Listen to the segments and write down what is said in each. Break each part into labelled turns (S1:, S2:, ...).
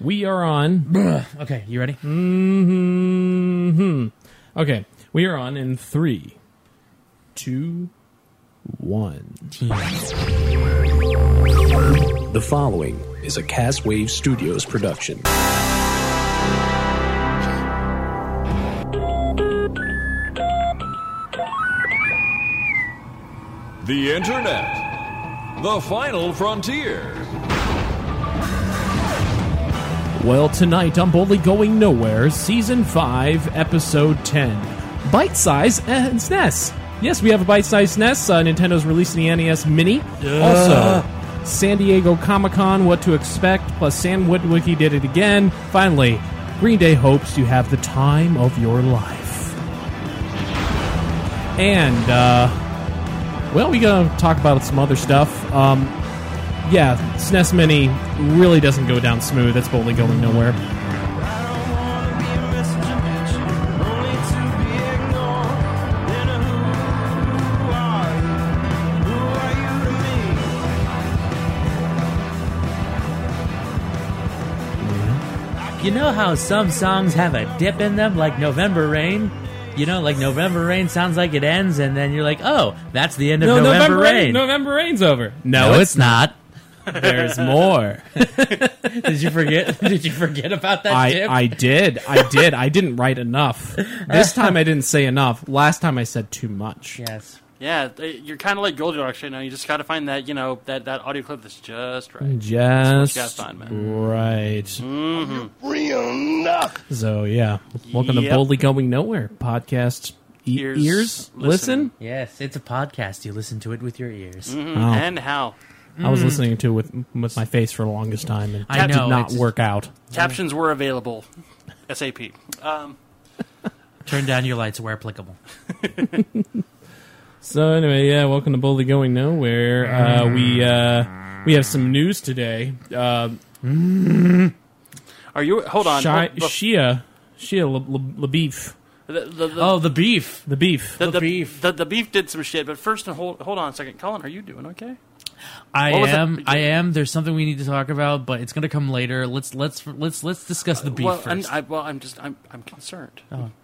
S1: We are on.
S2: Okay, you ready?
S1: hmm Okay, we are on in three, two, one.
S3: The following is a Caswave Studios production.
S4: The Internet. The Final Frontier.
S1: Well, tonight on Boldly Going Nowhere, Season 5, Episode 10 Bite Size and SNES. Yes, we have a bite size SNES. Uh, Nintendo's releasing the NES Mini. Also, San Diego Comic Con, What to Expect, plus Sam Witwicky did it again. Finally, Green Day hopes you have the time of your life. And, uh, well, we're going to talk about some other stuff. Um, yeah, SNES Mini really doesn't go down smooth. That's boldly going nowhere.
S2: You know how some songs have a dip in them, like November Rain? You know, like November Rain sounds like it ends, and then you're like, oh, that's the end of November, Rain.
S1: November rain's over.
S2: No, it's not.
S1: There's more.
S2: Did you forget? Did you forget about that
S1: I,
S2: dip?
S1: I did. I did. I didn't write enough. This time I didn't say enough. Last time I said too much.
S2: yes.
S5: Yeah, th- you're kind of like Goldilocks right now. You just got to find that, you know, that, that audio clip that's just right.
S1: Just
S5: That's what you gotta find,
S1: right.
S2: Mm-hmm.
S1: So yeah, welcome to
S5: Yep.
S1: Boldly Going Nowhere podcast. E-
S5: Ears
S1: ears, listen.
S5: listen.
S2: Yes, it's a podcast. You listen to it with your ears.
S5: Mm, And how.
S1: I was listening to it with with my face for the longest time, and
S2: I
S1: it
S2: know,
S1: did not
S2: it's-
S1: work out.
S5: Captions were available. SAP. Um,
S2: Turn down your lights where applicable.
S1: So anyway, yeah, welcome to Boldly Going Nowhere. Uh, we uh, we have some news today. Uh,
S5: are you. Hold on.
S1: Shi-
S5: Oh, look,
S1: Shia, Shia Le- Le- LaBeef,
S5: the, the, the,
S2: Oh, the beef.
S1: the beef.
S5: the,
S2: the beef.
S5: The, the beef did some shit, but first, hold, hold on a second. Colin, are you doing okay?
S2: I
S5: What was
S2: am.
S5: that?
S2: I am. There's something we need to talk about, but it's going to come later. Let's let's let's let's discuss the beef
S5: Uh, well, I'm,
S2: first. Oh.
S5: I, well, I'm just. I'm, I'm concerned.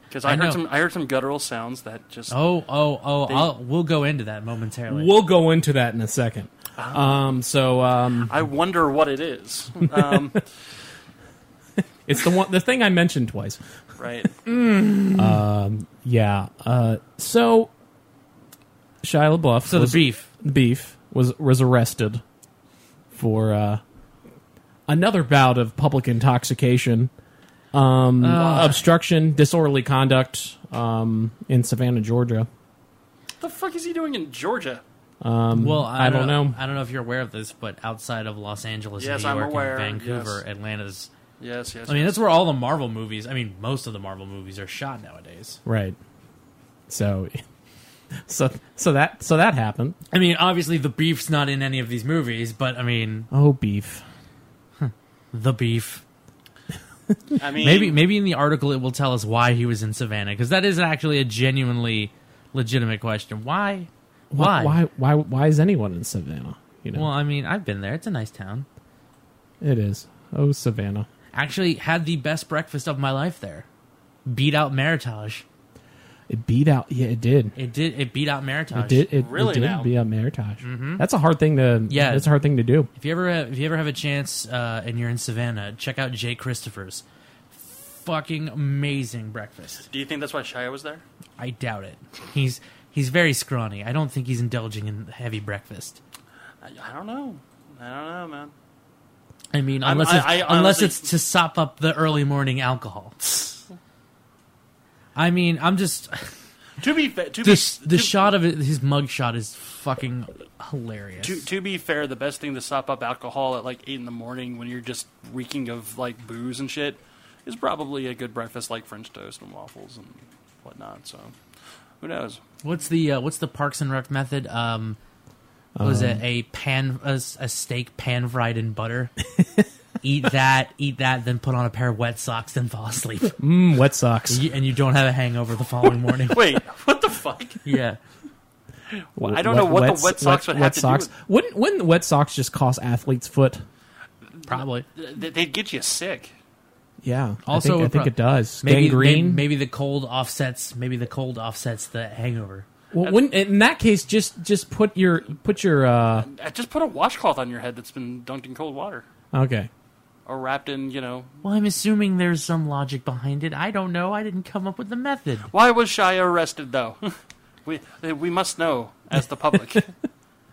S5: Because
S2: I
S5: I,
S2: know.
S5: heard some. I heard some guttural sounds that just.
S2: oh, oh, oh! I'll, we'll go into that momentarily.
S1: We'll go into that in a second.
S2: Ah.
S1: Um, so um,
S5: I wonder what it is. Um,
S1: it's the one, the thing I mentioned twice.
S5: right.
S1: Yeah. Uh, so Shia LaBeouf,
S2: so the
S1: was,
S2: beef.
S1: beef was was arrested for uh, another bout of public intoxication, um, obstruction, disorderly conduct um, in Savannah, Georgia.
S5: What the fuck is he doing in Georgia?
S2: well, I,
S1: Mm-hmm. I don't know.
S2: I don't know if you're aware of this, but outside of Los Angeles,
S5: Yes,
S2: New
S5: I'm
S2: York,
S5: aware,
S2: and Vancouver,
S5: yes.
S2: Atlanta's.
S5: Yes, yes.
S2: I mean, that's where all the Marvel movies. I mean, most of the Marvel movies are shot nowadays.
S1: Right. So, so so that so that happened.
S2: I mean, obviously, the beef's not in any of these movies, but I mean,
S1: Oh, beef.
S2: the beef.
S5: I mean,
S2: Maybe, maybe in the article it will tell us why he was in Savannah, because that is actually a genuinely legitimate question. Why? Why?
S1: Why? Why? Why is anyone in Savannah? You know,
S2: Well, I mean, I've been there. It's a nice town.
S1: it is. Oh, Savannah.
S2: Actually, had the best breakfast of my life there. Beat out Meritage.
S1: It beat out. Yeah, it did.
S2: It did. It beat out Meritage.
S1: It did. It,
S5: Really
S1: it did
S5: now?
S1: beat out Meritage. That's a hard thing to.
S2: Yeah.
S1: that's a hard thing to do.
S2: If you ever have, if you ever have a chance uh, and you're in Savannah, check out Jay Christopher's fucking amazing breakfast.
S5: do you think that's why Shia was there?
S2: I doubt it. He's he's very scrawny. I don't think he's indulging in heavy breakfast.
S5: I, I don't know. I don't know, man.
S2: I mean,
S5: I'm-
S2: unless
S5: I-
S2: it's,
S5: I
S2: unless
S5: honestly-
S2: it's to sop up the early morning alcohol. I mean, I'm just
S5: To be fa- to
S2: this
S5: be
S2: the shot of it, his mug shot is fucking hilarious.
S5: to, to be fair, the best thing to sop up alcohol at like eight in the morning when you're just reeking of like booze and shit is probably a good breakfast like French toast and waffles and whatnot. So who knows?
S2: What's the uh, what's the Parks and Rec method? Um, was it a pan a, s- a steak pan fried in butter? eat that, eat that, then put on a pair of wet socks, then fall asleep,
S1: Mm, wet socks.
S2: You- and you don't have a hangover the following morning.
S5: Wait, what the fuck?
S2: yeah,
S5: I don't know what the wet socks would have to do
S1: socks.
S5: with-
S1: Wouldn't wouldn't the wet socks just cost athlete's foot?
S2: Probably.
S5: Th- They'd get you sick.
S1: Yeah.
S2: Also,
S1: I think, I
S2: would
S1: think
S2: pro-
S1: it does.
S2: Maybe,
S1: Gangrene.
S2: maybe maybe the cold offsets maybe the cold offsets the hangover.
S1: well, wouldn't- in that case, just just put your put your uh,
S5: Uh, Just put a washcloth on your head that's been dunked in cold water
S1: okay.
S5: or wrapped in, you know.
S2: Well, I'm assuming there's some logic behind it. I don't know. I didn't come up with the method.
S5: Why was Shia arrested, though? we, uh, we must know as the public,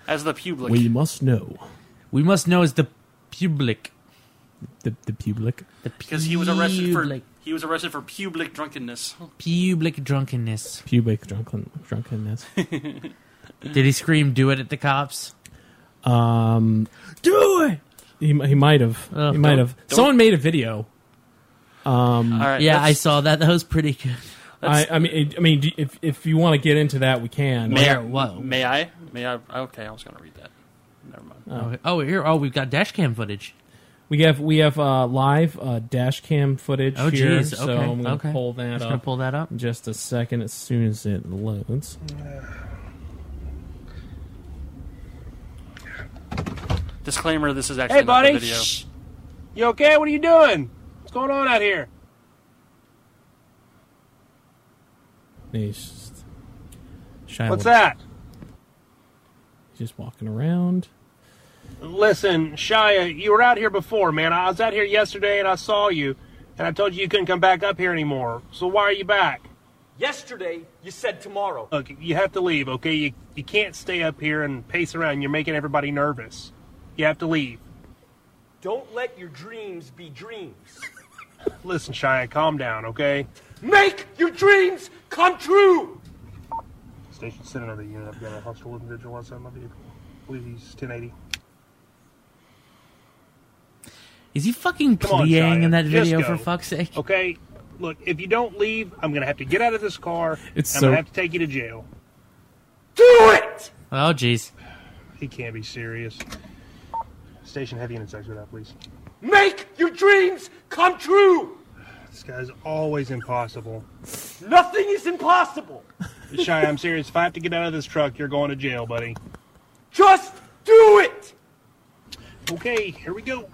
S5: as the public.
S1: We must know
S2: We must know is the public.
S1: the the public.
S2: The
S5: because he was arrested for
S2: public-
S5: he was arrested for public drunkenness.
S2: public drunkenness.
S1: pubic drunken drunkenness.
S2: Did he scream "Do it" at the cops?
S1: Um,
S2: Do it.
S1: he, m- he might have.
S2: Ugh,
S1: he might
S2: don't-
S1: have. Someone made a video.
S5: All right,
S2: Yeah, I
S5: let's-
S2: saw that. That was pretty good.
S1: I, I mean, I mean, do- if if you want to get into that, we can.
S5: May I,
S2: Where- whoa.
S5: may I? May I? Okay, I was going to read that. Never mind.
S2: Oh, oh, here. Oh, we've got dash cam footage.
S1: We have we have uh, live uh, dash cam footage
S2: Oh,
S1: here,
S2: jeez.
S1: so
S2: Okay,
S1: I'm gonna
S2: okay.
S1: pull that
S2: Just
S1: up.
S2: gonna pull that up.
S1: in just a second as soon as it loads.
S5: Disclaimer: This is actually
S6: Hey,
S5: not the
S6: buddy.
S5: video.
S6: Shh. You okay? What are you doing? What's going on out here?
S1: He's just, Shia
S6: What's
S1: LaBeouf-
S6: that?
S1: He's just walking around.
S6: Listen, Shia, you were out here before, man. I was out here yesterday and I saw you, and I told you you couldn't come back up here anymore. So why are you back?
S7: Yesterday, you said tomorrow.
S6: Look, you have to leave, okay? You, you can't stay up here and pace around. You're making everybody nervous. You have to leave.
S7: Don't let your dreams be dreams.
S6: Listen, Shia, calm down, okay?
S7: Make your dreams come true!
S6: Station Center, the unit up there, hostile individual outside my vehicle. believe he's 1080.
S2: Is he fucking
S6: Come on,
S2: pleating
S6: Shia.
S2: in that
S6: Just
S2: video
S6: go.
S2: for fuck's sake?
S1: Oh.
S6: Okay, look, if you don't leave, I'm going to have to get out of this car.
S1: It's so-
S6: and I'm going to have to take you to jail.
S7: Do it!
S2: Oh, jeez.
S6: He can't be serious. Station heavy unit section without please.
S7: Make your dreams come true!
S6: This guy's always impossible.
S7: Nothing is impossible.
S6: Shy, I'm serious. If I have to get out of this truck, you're going to jail, buddy.
S7: Just do it!
S6: Okay, here we go.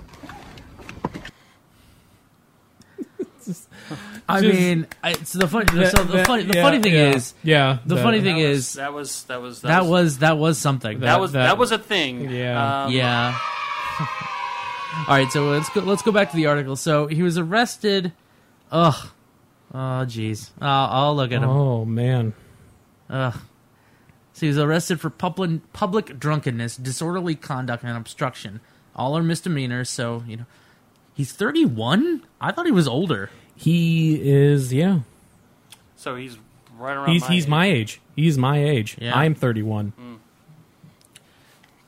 S2: I
S1: Just-
S2: mean, I, so the funny, so the
S1: That-
S2: funny, the
S1: yeah,
S2: funny thing
S1: yeah.
S2: is,
S1: yeah.
S2: the
S1: that-
S2: funny thing
S5: That was-
S2: is
S5: that was that was
S2: that was that was something.
S5: that was
S1: that-
S5: that, was a thing.
S1: Yeah.
S5: Um,
S2: yeah. All right, so let's go. Let's go back to the article. So he was arrested. Ugh. Oh, jeez. Uh, I'll look at him.
S1: Oh man.
S2: Ugh. So he was arrested for public public drunkenness, disorderly conduct, and obstruction. All are misdemeanors. So you know, he's thirty one. I thought he was older.
S1: He is yeah.
S5: So he's right around.
S1: He's
S5: my
S1: he's
S5: age.
S1: my age. He's my age.
S2: Yeah.
S1: I'm 31.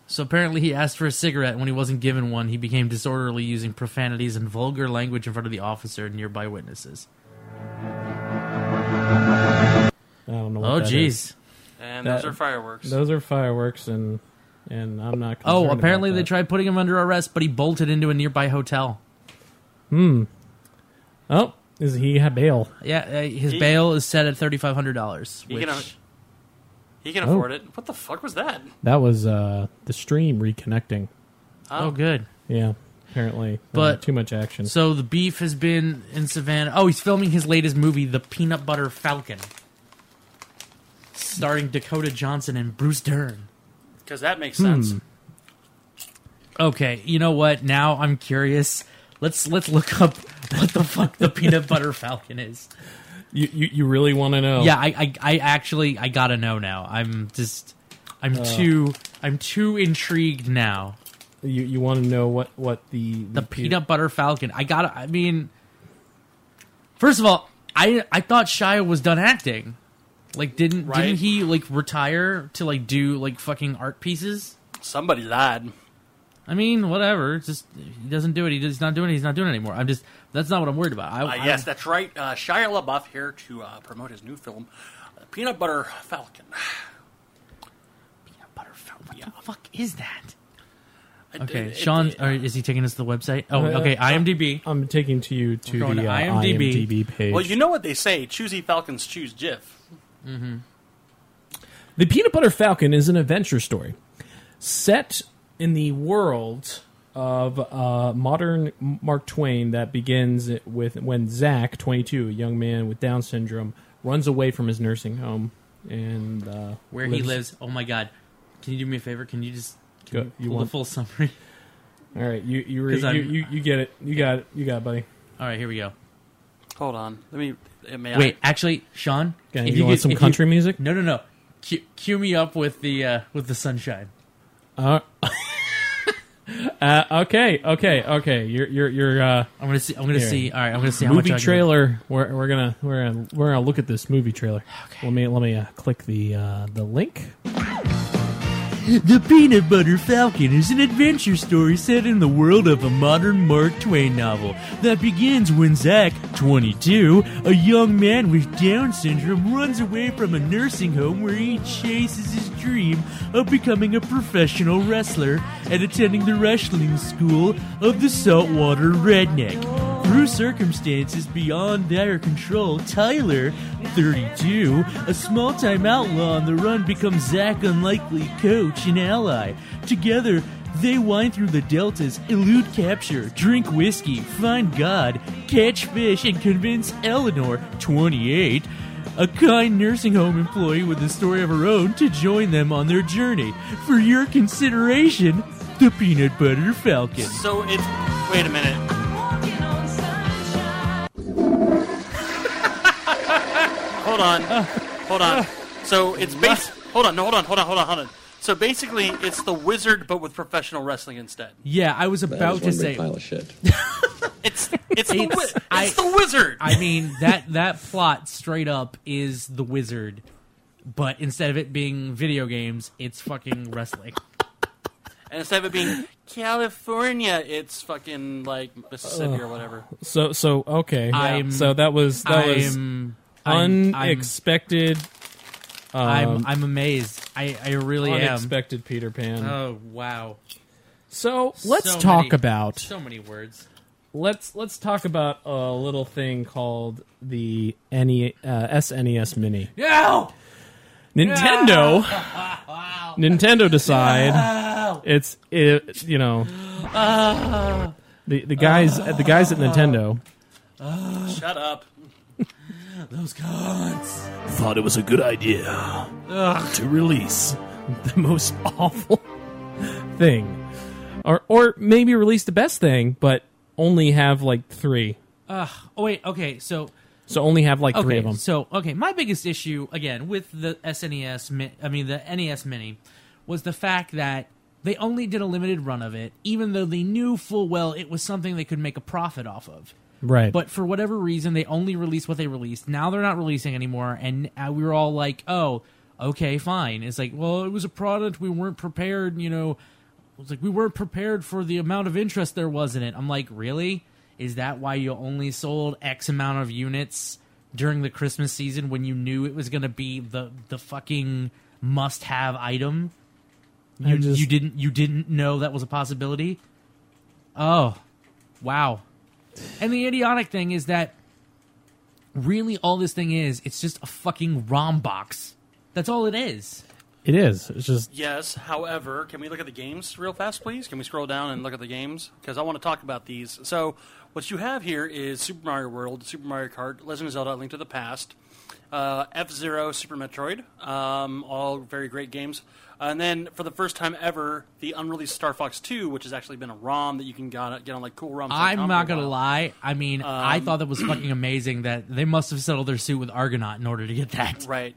S2: So apparently, he asked for a cigarette. When he wasn't given one, he became disorderly, using profanities and vulgar language in front of the officer and nearby witnesses.
S1: I don't know. What
S2: Oh,
S1: that is.
S2: jeez.
S5: and
S1: that-
S5: those are fireworks.
S1: Those are fireworks, and and I'm not.
S2: Oh,
S1: concerned
S2: apparently
S1: about
S2: they
S1: that.
S2: tried putting him under arrest, but he bolted into a nearby hotel.
S1: Oh, is he had bail?
S2: Yeah, uh, his bail is set at thirty five hundred dollars.
S5: You
S2: Which
S5: can- he can afford it. What the fuck was that?
S1: That was uh the stream reconnecting.
S2: oh, good.
S1: Yeah, apparently.
S2: But-
S1: Uh, too much action.
S2: So the beef has been in Savannah. Oh, he's filming his latest movie, The Peanut Butter Falcon, starring Dakota Johnson and Bruce Dern.
S5: Because that makes sense.
S2: Okay, you know what? Now I'm curious. Let's let's look up what the fuck the Peanut Butter Falcon is.
S1: you, you you really want to know?
S2: Yeah, I, I I actually I gotta know now. I'm just I'm too I'm too intrigued now.
S1: You you want to know what what the
S2: the peanut butter falcon. I got. to I mean, first of all, I I thought Shia was done acting. Like, didn't
S5: Right.
S2: didn't he like retire to like do like fucking art pieces?
S5: Somebody lied.
S2: I mean, whatever. It's just he doesn't do it. He does, he's not doing it. He's not doing it anymore. I'm just that's not what I'm worried about. I,
S5: Uh,
S2: I-
S5: yes, that's right. Uh, Shia LaBeouf here to uh, promote his new film, uh, Peanut Butter Falcon.
S2: peanut butter falcon. What the fuck is that?
S5: It-
S2: Okay,
S5: it-
S2: Sean,
S5: it-
S2: or is he taking us to the website? Oh,
S1: Uh,
S2: okay, IMDb.
S1: I'm taking to you to the
S2: We're going to
S1: uh,
S2: IMDb.
S1: IMDb. page.
S5: well, you know what they say: choosy falcons choose Jif.
S1: The Peanut Butter Falcon is an adventure story set in the world of uh, modern Mark Twain that begins with when Zach, 22, a young man with Down syndrome, runs away from his nursing home and uh,
S2: Where he lives. Oh my god. Can you do me a favor? Can you just can
S1: Go- you
S2: you pull the
S1: want-
S2: full summary?
S1: All right, you you, re-
S2: 'Cause I'm-
S1: you, you you get it. You got it. You got it, buddy.
S2: All right, here we go.
S5: Hold on. Let me. eh, May
S2: Wait,
S5: I,
S2: actually, Sean,
S1: Okay,
S2: if
S1: you, want
S2: could-
S1: some
S2: if Uh,
S1: country music?
S2: No, no, no. Cue, cue me up with the uh, with the sunshine.
S1: Uh, uh, okay, okay, okay. You're you're you're uh,
S2: I'm gonna see. I'm gonna
S1: Here.
S2: see. All right, I'm gonna see how much
S1: movie
S2: I can-
S1: trailer. We're, we're gonna we're gonna, we're gonna look at this movie trailer. Let me let me uh, click the uh, the link.
S2: The Peanut Butter Falcon is an adventure story set in the world of a modern Mark Twain novel that begins when Zach, 22, a young man with Down syndrome, runs away from a nursing home where he chases his dream of becoming a professional wrestler and attending the wrestling school of the saltwater redneck. Through circumstances beyond their control, Tyler, 32, a small time outlaw on the run, becomes Zack's unlikely coach and ally. Together, they wind through the deltas, elude capture, drink whiskey, find God, catch fish, and convince Eleanor, 28, a kind nursing home employee with a story of her own, to join them on their journey. For your consideration, the Peanut Butter Falcon.
S5: so it's. Wait a minute. Hold on. hold on. So it's base. Hold on. No, hold on. Hold on. Hold on. Hold on. So basically, it's the wizard, but with professional wrestling instead.
S2: Yeah, I was
S8: That
S2: about
S8: was
S2: to
S8: one big
S2: say.
S8: pile of shit.
S5: It's it's the
S2: It's-
S5: wi- it's
S2: I-
S5: the wizard.
S2: I mean that that plot straight up is the wizard, but instead of it being video games, it's fucking wrestling.
S5: and instead of it being California, it's fucking like Mississippi or whatever.
S1: So so okay.
S2: I'm-
S1: so that was that was
S2: I'm, I'm-
S1: unexpected.
S2: I'm,
S1: um,
S2: I'm I'm amazed. I I really am.
S1: unexpected Peter Pan.
S2: Oh wow!
S1: so let's
S2: So
S1: talk
S2: many-
S1: about
S2: so many words.
S1: let's let's talk about a little thing called the NE, uh, SNES Mini.
S2: No.
S1: Nintendo. Nintendo decide it's it, you know the the guys the guys at Nintendo
S5: Shut up.
S2: Those cons.
S1: thought it was a good idea to release the most awful thing, or or maybe release the best thing, but only have like three.
S2: Oh wait. Okay. So
S1: So only have like
S2: okay,
S1: three of them.
S2: So, okay, my biggest issue again with the SNES, mi- I mean the NES Mini, was the fact that they only did a limited run of it, even though they knew full well it was something they could make a profit off of.
S1: Right.
S2: But for whatever reason, they only released what they released. Now they're not releasing anymore, and uh, we were all like, "Oh, okay, fine." It's like, well, it was a product we weren't prepared. You know, it's like we weren't prepared for the amount of interest there was in it. I'm like, really? Is that why you only sold X amount of units during the Christmas season when you knew it was going to be the the fucking must have item? You
S1: just-
S2: you didn't you didn't know that was a possibility. Oh, wow. And the idiotic thing is that really all this thing is, it's just a fucking ROM box. That's all it is.
S1: it is. It's just
S5: Yes. However, can we look at the games real fast, please? Can we scroll down and look at the games because I want to talk about these. So, what you have here is Super Mario World, Super Mario Kart, Legend of Zelda: A Link to the Past, uh, F Zero, Super Metroid. Um, all very great games. And then, for the first time ever, the unreleased Star Fox Two, which has actually been a ROM that you can got- get on like Um, cool ROMs.
S2: I'm not gonna lie. I mean, I thought that was fucking amazing that they must have settled their suit with Argonaut in order to get that.
S5: Right.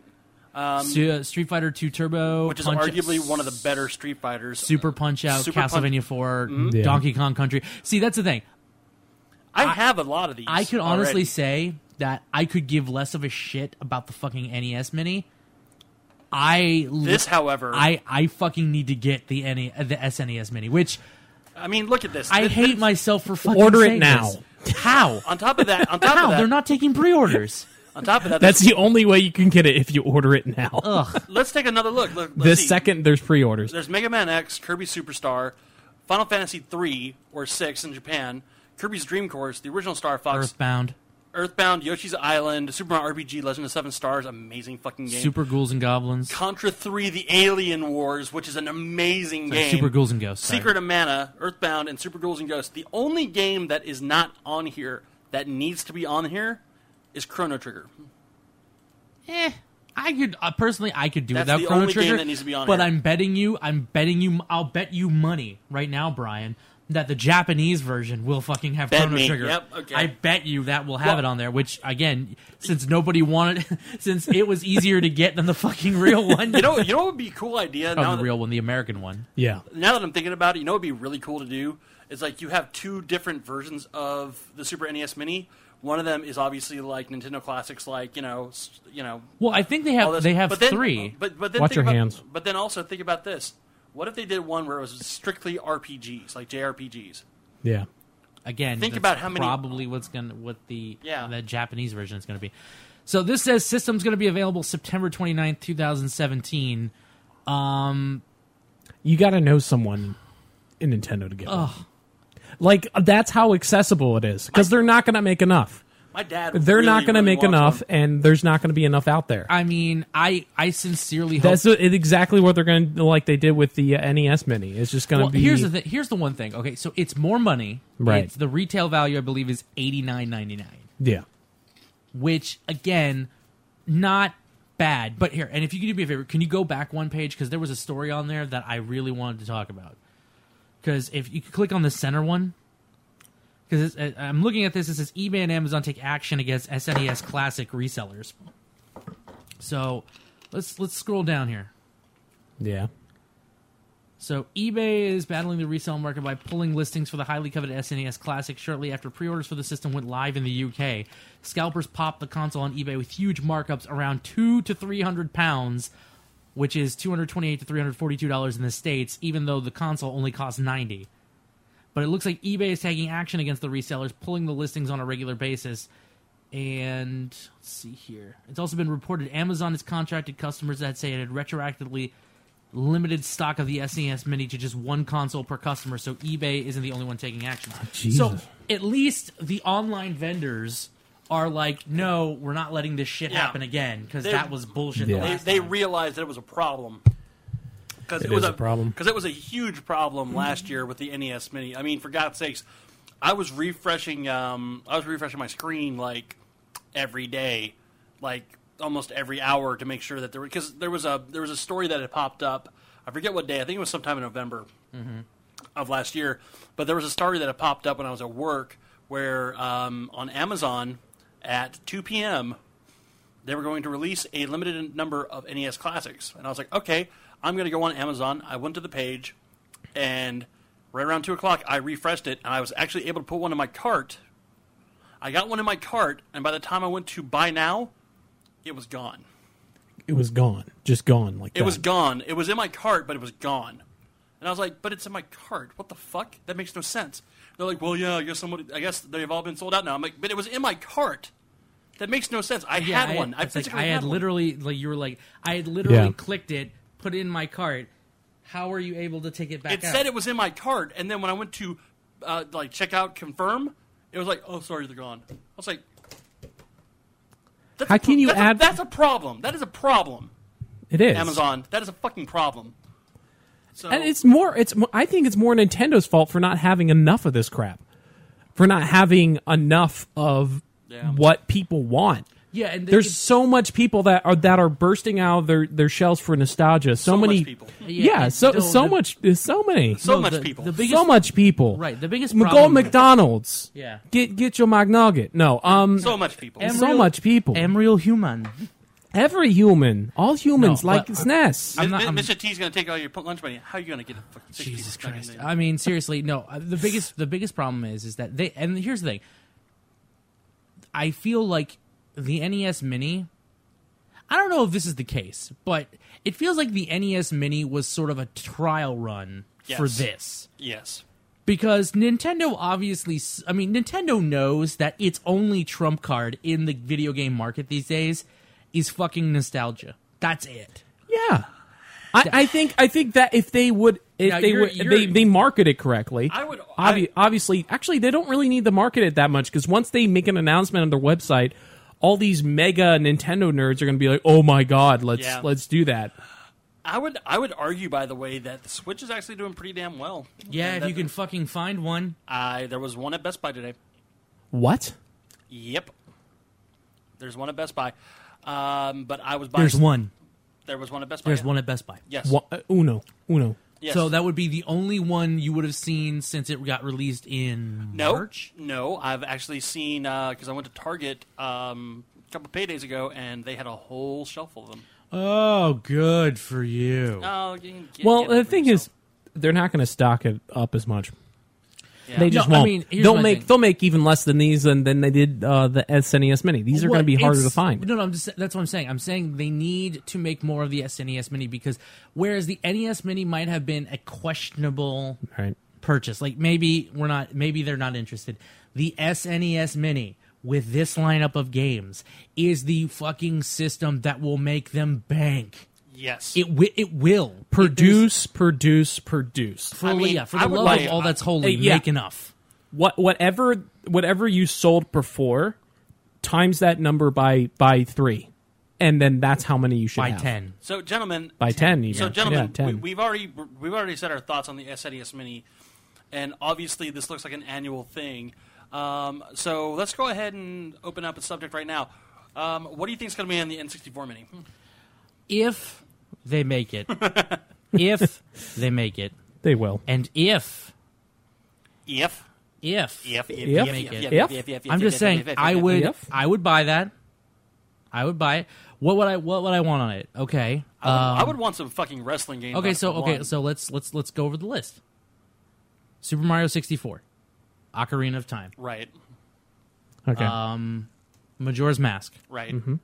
S2: Su- uh, Street Fighter Two Turbo,
S5: Which is
S2: Punch-
S5: arguably one of the better Street Fighters.
S2: Super Punch Out,
S5: Super Punch- Mm-hmm.
S2: Castlevania Four,
S1: Yeah.
S2: Donkey Kong Country. See, that's the thing.
S5: I have a lot of these.
S2: I could honestly
S5: already.
S2: say that I could give less of a shit about the fucking NES Mini. I
S5: This, however, I,
S2: I I fucking need to get the NE, uh, the SNES Mini, which
S5: mean, look at this.
S2: I
S5: Th-
S2: hate myself for fucking
S1: Order it
S2: saying
S1: now.
S2: this. How?
S5: On top of that, on top
S2: How?
S5: of that,
S2: They're not taking pre-orders.
S5: on top of that,
S1: that's
S5: that's
S1: the only way you can get it if you order it now.
S5: let's take another look. Look, let's
S1: this
S5: see.
S1: second there's pre-orders.
S5: there's Mega Man X, Kirby Superstar, Final Fantasy three or six in Japan, Kirby's Dream Course, the original Star Fox,
S2: Earthbound.
S5: Earthbound, Yoshi's Island, Super Mario RPG, Legend of Seven Stars, amazing fucking game.
S2: Super Ghouls and Goblins.
S5: Contra 3, The Alien Wars, which is an amazing
S2: Sorry,
S5: game.
S2: Super Ghouls and Ghosts. sorry.
S5: Secret of Mana, Earthbound, and Super Ghouls and Ghosts. The only game that is not on here that needs to be on here is Chrono Trigger.
S2: Eh, I could uh, personally, I could do
S5: That's
S2: without
S5: the
S2: Chrono
S5: only game
S2: Trigger.
S5: that needs to be on
S2: but
S5: here.
S2: I'm betting you, I'm betting you, I'll bet you money right now, Brian, that the Japanese version will fucking have
S5: Bet
S2: Chrono
S5: me.
S2: Trigger.
S5: Yep, okay.
S2: I bet you that will have
S5: Well-
S2: it on there. Which again, since nobody wanted, since it was easier to get than the fucking real one.
S5: You know, you know what would be a cool idea?
S2: Oh,
S5: Now
S2: the
S5: that,
S2: real one, the American one.
S1: Yeah.
S5: now that I'm thinking about it, you know what would be really cool to do? Is like you have two different versions of the Super NES Mini. One of them is obviously like Nintendo classics, like you know, s- you know,
S2: Well, I think they
S5: all
S2: have
S5: this.
S2: they have
S5: but then,
S2: three.
S5: But but then
S1: Watch
S5: think
S1: your
S5: about,
S1: hands.
S5: But then also think about this: what if they did one where it was strictly RPGs, like JRPGs?
S1: Yeah.
S2: again
S5: Think
S2: that's
S5: about how many-
S2: probably what's gonna what the
S5: Yeah.
S2: the japanese version is gonna be so this says system's gonna be available september 29th 2017
S1: You got to know someone in Nintendo to get one. Like that's how accessible it is because they're not going to make enough.
S5: My dad.
S1: They're
S5: really,
S1: not going to
S5: really
S1: make
S5: wants
S1: enough,
S5: one.
S1: and there's not going to be enough out there.
S2: i mean i i sincerely hope
S1: That's it- exactly what they're going to like. They did with the uh, NES Mini. It's just going to
S2: well,
S1: be
S2: here's the thing here's the one thing okay so it's more money
S1: Right.
S2: It's- the retail value i believe is 89.99
S1: yeah,
S2: which again not bad but here and if you can do me a favor can you go back one page because there was a story on there that i really wanted to talk about because if you could click on the center one because i'm looking at this it says ebay and amazon take action against snes classic resellers so let's let's scroll down here
S1: yeah.
S2: so eBay is battling the resale market by pulling listings for the highly coveted SNES Classic shortly after pre-orders for the system went live in the UK. Scalpers popped the console on eBay with huge markups around two to three hundred pounds, which is two hundred twenty-eight to three hundred forty-two dollars in the states, even though the console only costs ninety. But it looks like eBay is taking action against the resellers, pulling the listings on a regular basis. And let's see here. It's also been reported Amazon has contracted customers that say it had retroactively limited stock of the SNES Mini to just one console per customer, so eBay isn't the only one taking action. so
S1: Ah, Jesus.
S2: at least the online vendors are like, no, we're not letting this shit
S5: Yeah.
S2: happen again because
S5: They're-
S2: that was bullshit.
S1: Yeah.
S2: The last
S5: They, they
S2: time.
S5: realized that it was a problem. Because
S1: It is a problem.
S5: Because it was a huge problem last year with the NES Mini. I mean, for God's sakes, I was refreshing. Um, I was refreshing my screen like every day, like almost every hour to make sure that there because there was a there was a story that had popped up. I forget what day. I think it was sometime in November
S1: Mm-hmm.
S5: of last year, but there was a story that had popped up when I was at work where um, on Amazon at 2 p.m. they were going to release a limited number of NES classics, and I was like, okay, I'm going to go on Amazon. I went to the page, and right around two o'clock, I refreshed it, and I was actually able to put one in my cart. I got one in my cart, and by the time I went to buy now, it was gone.
S1: It was gone, just gone. Like
S5: It was gone. It was in my cart, but it was gone. And I was like, "But it's in my cart. What the fuck? That makes no sense." They're like, "Well, yeah, I guess somebody. I guess they've all been sold out now." I'm like, "But it was in my cart. That makes no sense. I
S2: Yeah,
S5: had one. I
S2: it's like,
S5: physically
S2: I had
S5: one.
S2: literally like you were like I had literally
S1: Yeah.
S2: clicked it, put it in my cart. How are you able to take it back?
S5: It
S2: out?
S5: said it was in my cart, and then when I went to uh, like check out confirm, it was like, "Oh, sorry, they're gone." I was like, that's
S1: How
S5: a pro-
S1: can you
S5: that's a-
S1: add-
S5: that's a problem. That is a problem.
S1: It is
S5: Amazon. That is a fucking problem. So
S1: and it's more. It's mo- I think it's more Nintendo's fault for not having enough of this crap, for not having enough of
S5: Yeah.
S1: what people want.
S2: Yeah, and
S1: There's
S2: it's-
S1: so much people that are that are bursting out of their their shells for nostalgia. So,
S5: so
S1: many
S5: much people.
S1: Yeah,
S2: and
S1: so
S2: the-
S1: so
S2: the-
S1: much. There's so many.
S5: So
S2: no,
S5: much
S2: the-
S5: people.
S2: The biggest,
S1: so much people.
S2: right? The biggest
S1: Go
S2: problem.
S1: McDonald's.
S2: Yeah.
S1: Get get your McNugget. No. Um.
S5: so much people.
S1: so
S2: real-
S1: much people.
S2: I'm real human.
S1: Every human, all humans,
S2: No,
S1: like
S2: but-
S1: this nest.
S2: I'm not- I'm-
S5: Mr. T's going to take all your lunch money. How are you going to get a fucking sixty
S2: Jesus
S5: fucking
S2: Christ.
S5: days?
S2: I mean, seriously, no. uh, The biggest the biggest problem is is that they and here's the thing. I feel like the NES Mini. I don't know if this is the case, but it feels like the NES Mini was sort of a trial run for
S5: Yes.
S2: this
S5: Yes.
S2: because Nintendo obviously s- I mean Nintendo knows that its only trump card in the video game market these days is fucking nostalgia. That's it.
S1: Yeah, I, I think I think that if they would If
S2: Now,
S1: they,
S2: you're-
S1: were-
S2: you're-
S1: they they market it correctly.
S5: I would-
S1: Obvi-
S5: I-
S1: obviously actually they don't really need to market it that much because once they make an announcement on their website, all these mega Nintendo nerds are going to be like, "Oh my god, let's
S5: Yeah.
S1: let's do that."
S5: I would I would argue, by the way, that the Switch is actually doing pretty damn well.
S2: Yeah,
S5: And
S2: if you
S5: that-
S2: can fucking find one.
S5: I there was one at Best Buy today.
S1: What?
S5: Yep, there's one at Best Buy. Um, but I was buying.
S2: There's one.
S5: There was one at Best Buy.
S2: There's
S5: Oh, yeah.
S2: one at Best Buy.
S5: Yes.
S1: Wha- uh, uno, uno.
S5: yes.
S2: So that would be the only one you would have seen since it got released in
S5: no,
S2: March.
S5: no. I've actually seen because I went to Target um, a couple paydays ago, and they had a whole shelf full of them.
S2: Oh, good for you.
S5: Oh, you can get-
S1: Well,
S5: get them
S1: the
S5: for
S1: thing
S5: yourself.
S1: is, they're not going to stock it up as much.
S5: Yeah.
S1: They just
S2: No, I
S1: won't.
S2: mean, here's
S1: they'll
S2: my
S1: make
S2: thing.
S1: they'll make even less than these than than they did uh, the SNES Mini. These are going to
S2: What?
S1: be harder to
S2: It's-
S1: find.
S2: No, no, I'm just that's what I'm saying. I'm saying they need to make more of the SNES Mini because whereas the NES Mini might have been a questionable
S1: Right.
S2: purchase, like maybe we're not, maybe they're not interested. The SNES Mini with this lineup of games is the fucking system that will make them bank.
S5: yes.
S2: It wi- it will
S1: Produce, produce, produce.
S2: for,
S5: I mean,
S2: yeah, for
S5: I
S2: the
S5: would
S2: love
S5: like-
S2: of all that's holy,
S1: Uh, yeah.
S2: make enough.
S1: What whatever whatever you sold before, times that number by by three, and then that's how many you should
S2: By
S1: have.
S2: ten,
S5: so, gentlemen.
S1: By ten. Even.
S5: So, gentlemen,
S1: yeah, 10.
S5: We, we've already we've already said our thoughts on the SNES Mini, and obviously this looks like an annual thing. Um, so let's go ahead and open up a subject right now. Um, what do you think is going to be on the N64 Mini?
S2: if they make it, if they make it,
S1: they will.
S2: and if
S5: If
S2: if
S5: if if
S1: Yep.
S5: if,
S2: If.
S5: if, if, if,
S2: I'm just
S5: if,
S2: saying
S5: if, if,
S2: I
S5: if,
S2: would
S1: If.
S2: I would buy that. I would buy it. What would I what would I want on it? Okay.
S5: I would want some fucking wrestling game.
S2: um, Okay,
S5: on it
S2: so
S5: for
S2: okay,
S5: one.
S2: so let's let's let's go over the list. Super Mario 64, Ocarina of Time,
S5: right,
S1: Okay.
S2: Um, Majora's Mask,
S5: right. Um,
S2: Mm-hmm.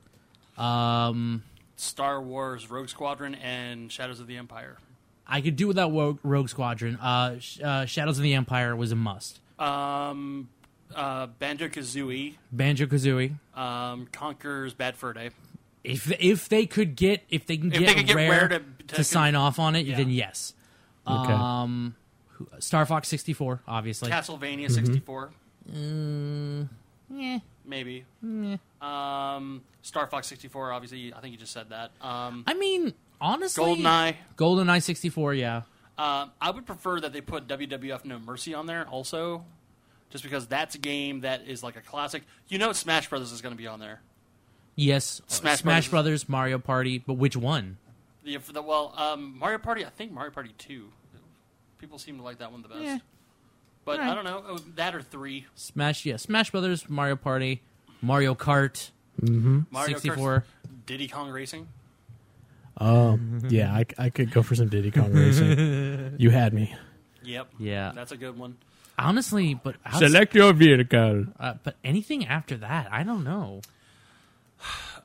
S5: Star Wars Rogue Squadron and Shadows of the Empire.
S2: I could do without Rogue, Rogue Squadron. Uh, sh- uh, Shadows of the Empire was a must.
S5: Um, uh, Banjo Kazooie
S2: Banjo Kazooie.
S5: um, conquers Bad Fur Day.
S2: If if they could get if they can
S5: If
S2: get,
S5: they could get Rare to- to-
S2: sign off on it,
S5: Yeah.
S2: then yes.
S1: okay.
S2: Star Fox 64, obviously.
S5: Castlevania 64.
S2: Mm.
S5: Maybe. Um, Star Fox 64, obviously. I think you just said that. Um,
S2: I mean, honestly,
S5: GoldenEye.
S2: GoldenEye 64, yeah.
S5: um, I would prefer that they put WWF No Mercy on there also, just because that's a game that is like a classic. You know Smash Brothers is going to be on there.
S2: Yes, uh,
S5: Smash
S2: Smash,
S5: Brothers.
S2: Brothers. Mario Party, but which one?
S5: The, for the, well, um, Mario Party, I think Mario Party 2. People seem to like that one the best.
S2: Yeah.
S5: But I
S2: Alright.
S5: don't know. oh, That or 3.
S2: Smash, yeah, Smash Brothers, Mario Party, Mario Kart,
S5: Mario Kart-
S2: 64.
S5: Diddy Kong Racing.
S1: Um, yeah, I, I could go for some Diddy Kong racing. you had me.
S5: Yep.
S2: Yeah.
S5: That's a good one.
S2: Honestly, but outs-
S1: Select your vehicle.
S2: uh, but anything after that, I don't know.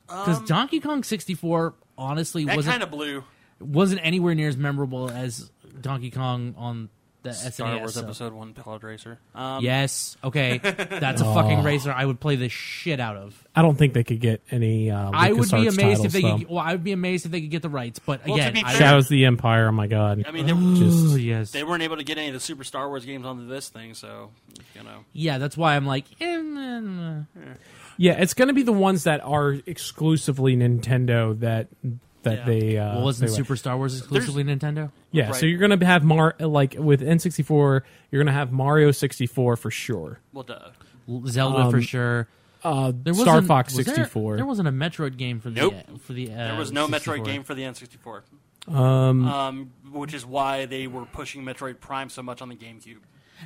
S2: Because Donkey Kong 64, honestly,
S5: Um, That
S2: wasn't
S5: kind of blew.
S2: wasn't anywhere near as memorable as Donkey Kong on the SNES. so-
S5: One, Cloud Racer. Um,
S2: Yes. Okay. That's a
S1: Oh.
S2: fucking racer I would play the shit out of.
S1: I don't think they could get any. Uh,
S2: I would be
S1: LucasArts
S2: amazed
S1: titles,
S2: if they
S1: though.
S2: could, well, I would be amazed if they could get the rights, but
S5: Well, to
S2: again,
S5: be
S2: I,
S5: fair-
S1: Shadows of the Empire. Oh my god.
S5: I mean, they,
S1: Just-
S2: yes.
S5: they weren't able to get any of the Super Star Wars games onto this thing, so you know.
S2: yeah, that's why I'm like, eh, mm, mm.
S1: yeah, it's going to be the ones that are exclusively Nintendo that that
S5: Yeah.
S1: they uh,
S2: well, wasn't
S1: they went-
S2: Super Star Wars exclusively Nintendo?
S1: Yeah,
S5: Right.
S1: so you're going to have Mar like with N64, you're going to have Mario 64 for sure.
S5: Well, duh.
S2: L- Zelda
S1: Um,
S2: for sure.
S1: Uh,
S2: There
S1: Star
S2: wasn't-
S1: Fox
S2: was there-
S1: 64.
S2: There, wasn't a Metroid game for the
S5: Nope.
S2: for the. Uh,
S5: There was no
S2: 64.
S5: Metroid game for the N64. Um, which is why they were pushing Metroid Prime so much on the GameCube.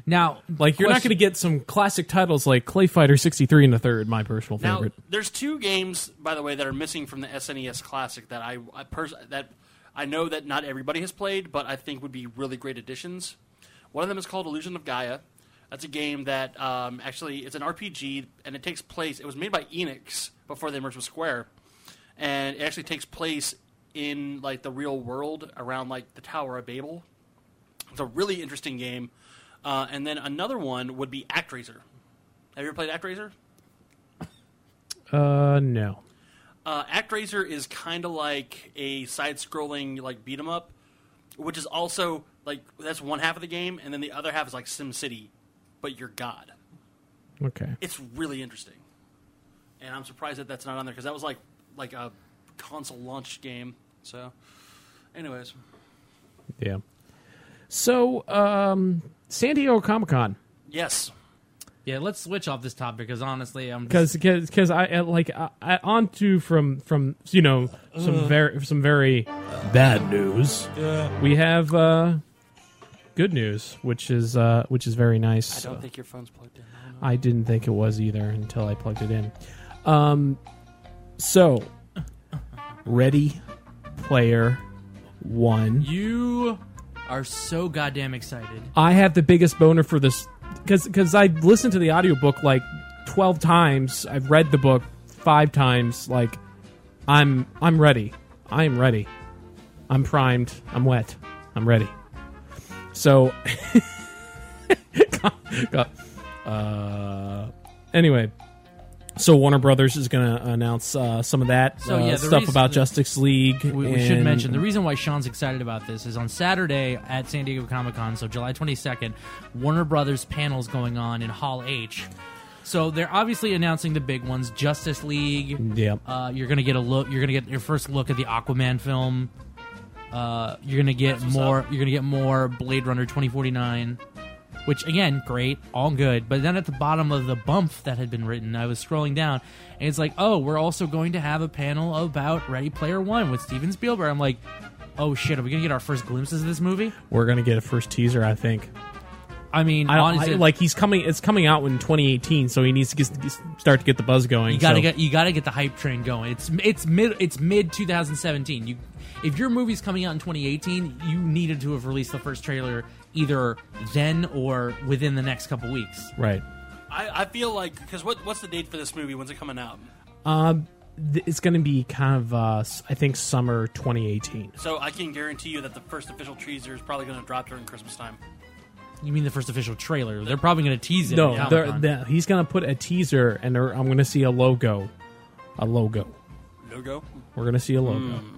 S2: Now,
S1: like you're not
S2: question-
S1: going to get some classic titles like Clay Fighter 63 in the third, my personal
S5: Now,
S1: favorite.
S5: there's two games, by the way, that are missing from the SNES Classic that I, I pers- that I know that not everybody has played, but I think would be really great additions. One of them is called Illusion of Gaia. That's a game that um, actually it's an RPG, and it takes place. It was made by Enix before they merged with Square, and it actually takes place in like the real world around like the Tower of Babel. It's a really interesting game. Uh, and then another one would be ActRaiser. Have you ever played ActRaiser?
S1: Uh, no.
S5: Uh, ActRaiser is kind of like a side-scrolling like beat 'em up, which is also like that's one half of the game, and then the other half is like Sim City, but you're God.
S1: Okay.
S5: It's really interesting, and I'm surprised that that's not on there because that was like like a console launch game. So, anyways,
S1: Yeah. So, um, San Diego Comic Con.
S5: yes,
S2: Yeah, let's switch off this topic because honestly, I'm just,
S1: because because I uh, like I, I, on to from from you know
S2: Uh.
S1: some very some very bad news. We have uh, good news, which is uh, which is very nice.
S5: I don't think your phone's plugged in.
S1: I didn't think it was either until I plugged it in. Um, so Ready Player One.
S2: you are so goddamn excited.
S1: I have the biggest boner for this because because I listened to the audiobook like 12 times. I've read the book 5 times like I'm I'm ready. I'm ready. I'm primed. I'm wet. I'm ready. So uh anyway, so Warner Brothers is going to announce uh, some of that
S2: So,
S1: uh,
S2: yeah, the
S1: stuff
S2: reason-
S1: about Justice League.
S2: We, we should
S1: and-
S2: mention the reason why Sean's excited about this is on Saturday at San Diego Comic Con, so July 22nd, Warner Brothers panels going on in Hall H. So they're obviously announcing the big ones: Justice League.
S1: Yeah.
S2: Uh, you're gonna get a look. You're gonna get your first look at the Aquaman film. Uh, you're gonna get more. You're gonna get more Blade Runner 2049, which again, great, all good. But then at the bottom of the bump that had been written, I was scrolling down, and it's like, oh, we're also going to have a panel about Ready Player One with Steven Spielberg. I'm like, oh shit, are we gonna get our first glimpses of this movie?
S1: We're going to get a first teaser, I think.
S2: I mean,
S1: I don't
S2: honestly,
S1: I- like he's coming. It's coming out in 2018, so he needs to get, get- start to get the buzz going.
S2: You gotta
S1: so-
S2: get you gotta get the hype train going. It's it's mid it's mid 2017. You if your movie's coming out in 2018, you needed to have released the first trailer either then or within the next couple weeks.
S1: right.
S5: I, I feel like because what what's the date for this movie? When's it coming out?
S1: Th- It's going to be kind of, uh, s- I think, summer 2018.
S5: So I can guarantee you that the first official teaser is probably going to drop during Christmas time.
S2: You mean the first official trailer? They're probably gonna tease it.
S1: No,
S2: at
S1: they're-
S2: Comic-Con.
S1: they're- he's going to put a teaser, and there- I'm going to see a logo. A logo.
S5: Logo.
S1: We're going to see a logo.
S2: Hmm.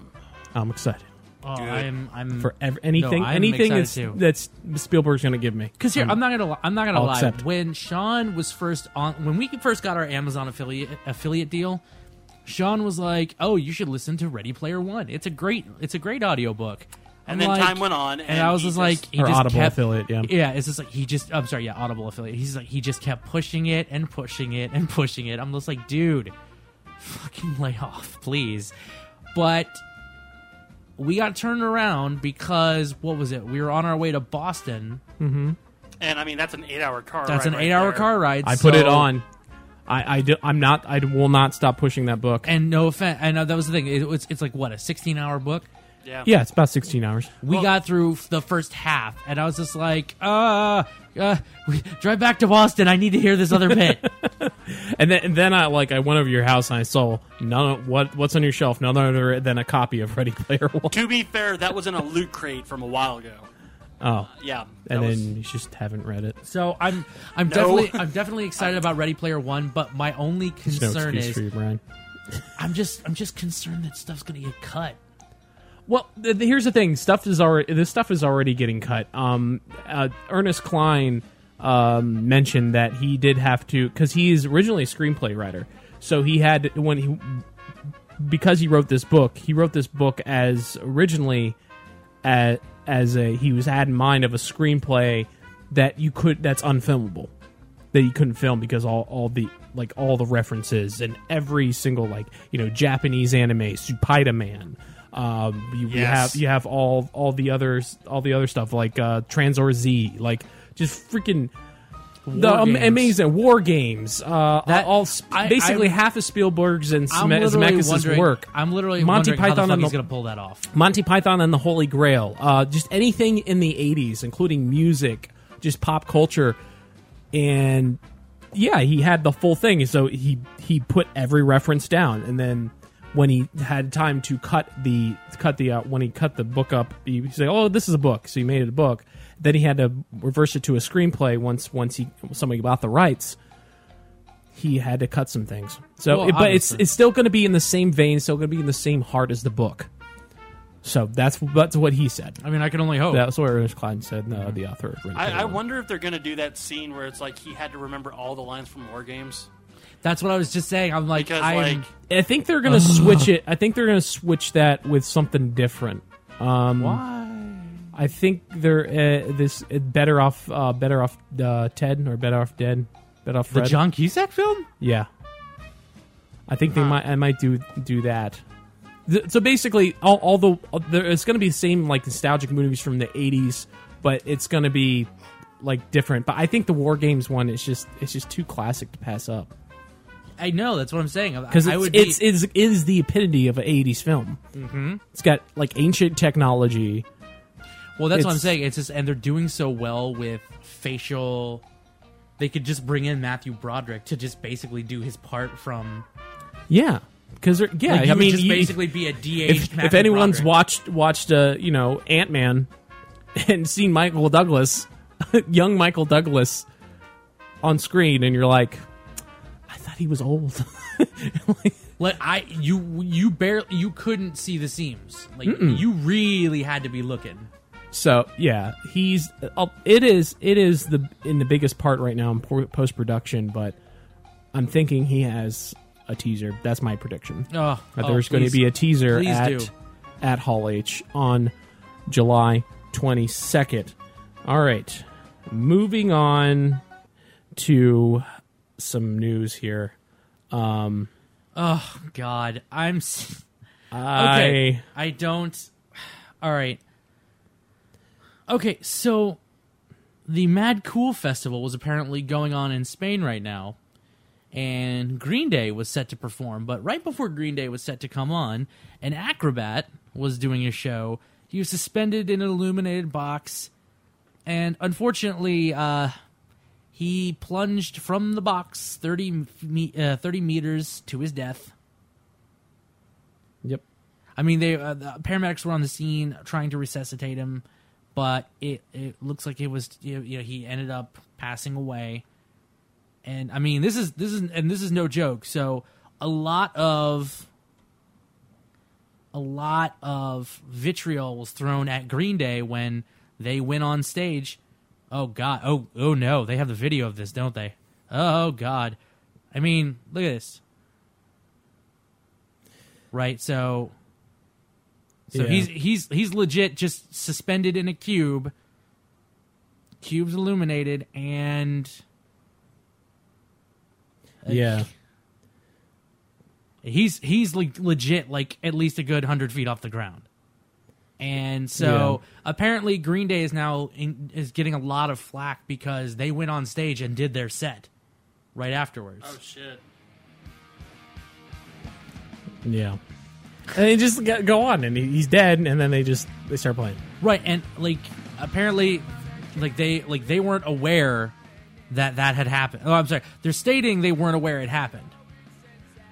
S1: I'm excited
S2: Oh, I'm I'm
S1: for ev- anything.
S2: I'm
S1: anything that's,
S2: excited
S1: that's Spielberg's going to give me.
S2: Because here, I'm not gonna, li- I'm not gonna
S1: I'll
S2: lie.
S1: accept.
S2: When Sean was first on, when we first got our Amazon affiliate affiliate deal, Sean was like, "Oh, you should listen to Ready Player One. It's a great, it's a great audiobook."
S5: And then time went on,
S2: and,
S5: and
S2: I was
S5: he
S2: just
S5: just-
S2: like, he
S1: Or
S2: just
S1: Audible
S2: kept-
S1: affiliate, yeah.
S2: yeah. It's just like he just, I'm sorry, yeah, Audible affiliate. He's like, he just kept pushing it and pushing it and pushing it. I'm just like, dude, fucking lay off, please. But we got turned around because what was it? We were on our way to Boston.
S5: And I mean that's an eight-hour car.
S2: That's
S5: ride
S2: an
S5: right
S2: eight-hour
S5: there.
S2: car ride.
S1: I put it
S2: so-
S1: on. I, I do, I'm not. I will not stop pushing that book.
S2: And no offense, I know that was the thing. It was, it's like what a sixteen-hour book.
S5: Yeah.
S1: yeah, it's about 16 hours.
S2: We got through f- the first half, and I was just like, uh, uh we, drive back to Boston. I need to hear this other bit.
S1: And then, and then I like I went over to your house and I saw none. What what's on your shelf? None other than a copy of Ready Player One.
S5: To be fair, that was in a loot crate from a while ago. Uh,
S1: Oh,
S5: Yeah. that
S1: and
S5: was-
S1: then you just haven't read it.
S2: so I'm, I'm definitely, I'm definitely excited about Ready Player One. But my only
S1: There's no
S2: concern
S1: excuse
S2: is,
S1: for you, Brian.
S2: I'm just, I'm just concerned that stuff's gonna get cut.
S1: Well, th- th- here's the thing: stuff is already this stuff is already getting cut. Um, uh, Ernest Klein um, mentioned that he did have to because he is originally a screenplay writer, so he had when he because he wrote this book, he wrote this book as originally as, as a he was had in mind of a screenplay that you could that's unfilmable that you couldn't film because all, all the like all the references and every single like you know Japanese anime Supaita Man um you, you have you have all all the others all the other stuff like uh Transor Z like just freaking the
S2: War
S1: am-
S2: games.
S1: amazing war games uh
S2: That-
S1: all sp-
S2: I-
S1: basically
S2: I'm-
S1: half of Spielberg's and
S2: I'm
S1: Zeme-
S2: literally
S1: Zemeckis'
S2: wondering.
S1: work
S2: I'm literally
S1: Monty
S2: wondering
S1: Python
S2: how the fuck
S1: and
S2: he's
S1: the-
S2: gonna pull that off.
S1: Monty Python and the Holy Grail, uh, just anything in the 80s, including music, just pop culture. And yeah, he had the full thing. So he, he put every reference down. And then when he had time to cut the, cut the, uh, when he cut the book up, he, he said, Oh, this is a book. So he made it a book. Then he had to reverse it to a screenplay once, once he, somebody bought the rights. He had to cut some things. So,
S2: Well,
S1: it- but it's,
S2: obviously.
S1: it's still going to be in the same vein, still going to be in the same heart as the book So that's that's what he said.
S2: I mean, I can only hope.
S1: That's what Ernest Klein said. Uh, the author of Ring.
S5: I, I wonder if they're going to do that scene where it's like he had to remember all the lines from War Games.
S2: That's what I was just saying. I'm like,
S5: Because,
S2: I'm,
S5: like,
S1: I think they're
S2: Ah.
S1: gonna switch it. I think they're gonna switch that with something different. Um,
S2: why?
S1: I think they're uh, this uh, better off, uh, better off uh, Ted or better off dead, better off
S2: The
S1: Fred.
S2: John Cusack film?
S1: yeah, I think they might. I might do do that. Th- So basically, all, all the all- there, it's going to be the same like nostalgic movies from the '80s, but it's going to be like different. But I think the War Games one is just it's just too classic to pass up
S2: I know. That's what I'm saying.
S1: because
S2: Because I
S1: it's,
S2: would be,
S1: it's is is the epitome of an '80s film. Mm-hmm. It's got like ancient technology.
S2: well, that's what I'm
S1: it's-
S2: saying. It's just, and they're doing so well with facial. They could just bring in Matthew Broderick to just basically do his part from.
S1: Yeah, because yeah,
S2: Like, he
S1: I
S2: would
S1: mean,
S2: just
S1: you-
S2: basically be a de-aged
S1: if,
S2: Matthew
S1: if anyone's
S2: Broderick.
S1: watched watched uh, you know Ant Man and seen Michael Douglas, young Michael Douglas on screen, and you're like, I thought he was old. Like,
S2: Like I, you, you barely, you couldn't see the seams. Like you really had to be looking.
S1: so yeah, he's uh, it is it is the in the biggest part right now in post production, but I'm thinking he has a teaser. That's my prediction.
S2: Oh,
S1: that
S2: oh,
S1: there's going to
S2: please.
S1: be a teaser
S2: Please
S1: at
S2: do.
S1: at Hall H on July 22nd. All right, moving on to some news here.
S2: Oh God, I'm. s-
S1: I
S2: Okay. I don't. All right. Okay, so the Mad Cool Festival was apparently going on in Spain right now, and Green Day was set to perform. But right before Green Day was set to come on, an acrobat was doing a show. He was suspended in an illuminated box, and unfortunately, uh, he plunged from the box 30, me- uh, 30 meters to his death.
S1: yep.
S2: I mean, they uh, the paramedics were on the scene trying to resuscitate him, but it it looks like it was you know, you know he ended up passing away. And I mean, this is this is and this is no joke. So a lot of a lot of vitriol was thrown at Green Day when they went on stage. Oh God! Oh oh no! They have the video of this, don't they? Oh God! I mean, look at this. Right. So so
S1: Yeah.
S2: he's he's he's legit just suspended in a cube. Cube's illuminated and
S1: Yeah.
S2: he's he's like legit like at least a good 100 feet off the ground. And so apparently Green Day is now in, is getting a lot of flack because they went on stage and did their set right afterwards.
S5: Oh shit!
S1: Yeah. And they just go- go on and he- he's dead and then they just they start playing.
S2: Right, and like apparently, like they like they weren't aware that that had happened. Oh, I'm sorry, they're stating they weren't aware it happened.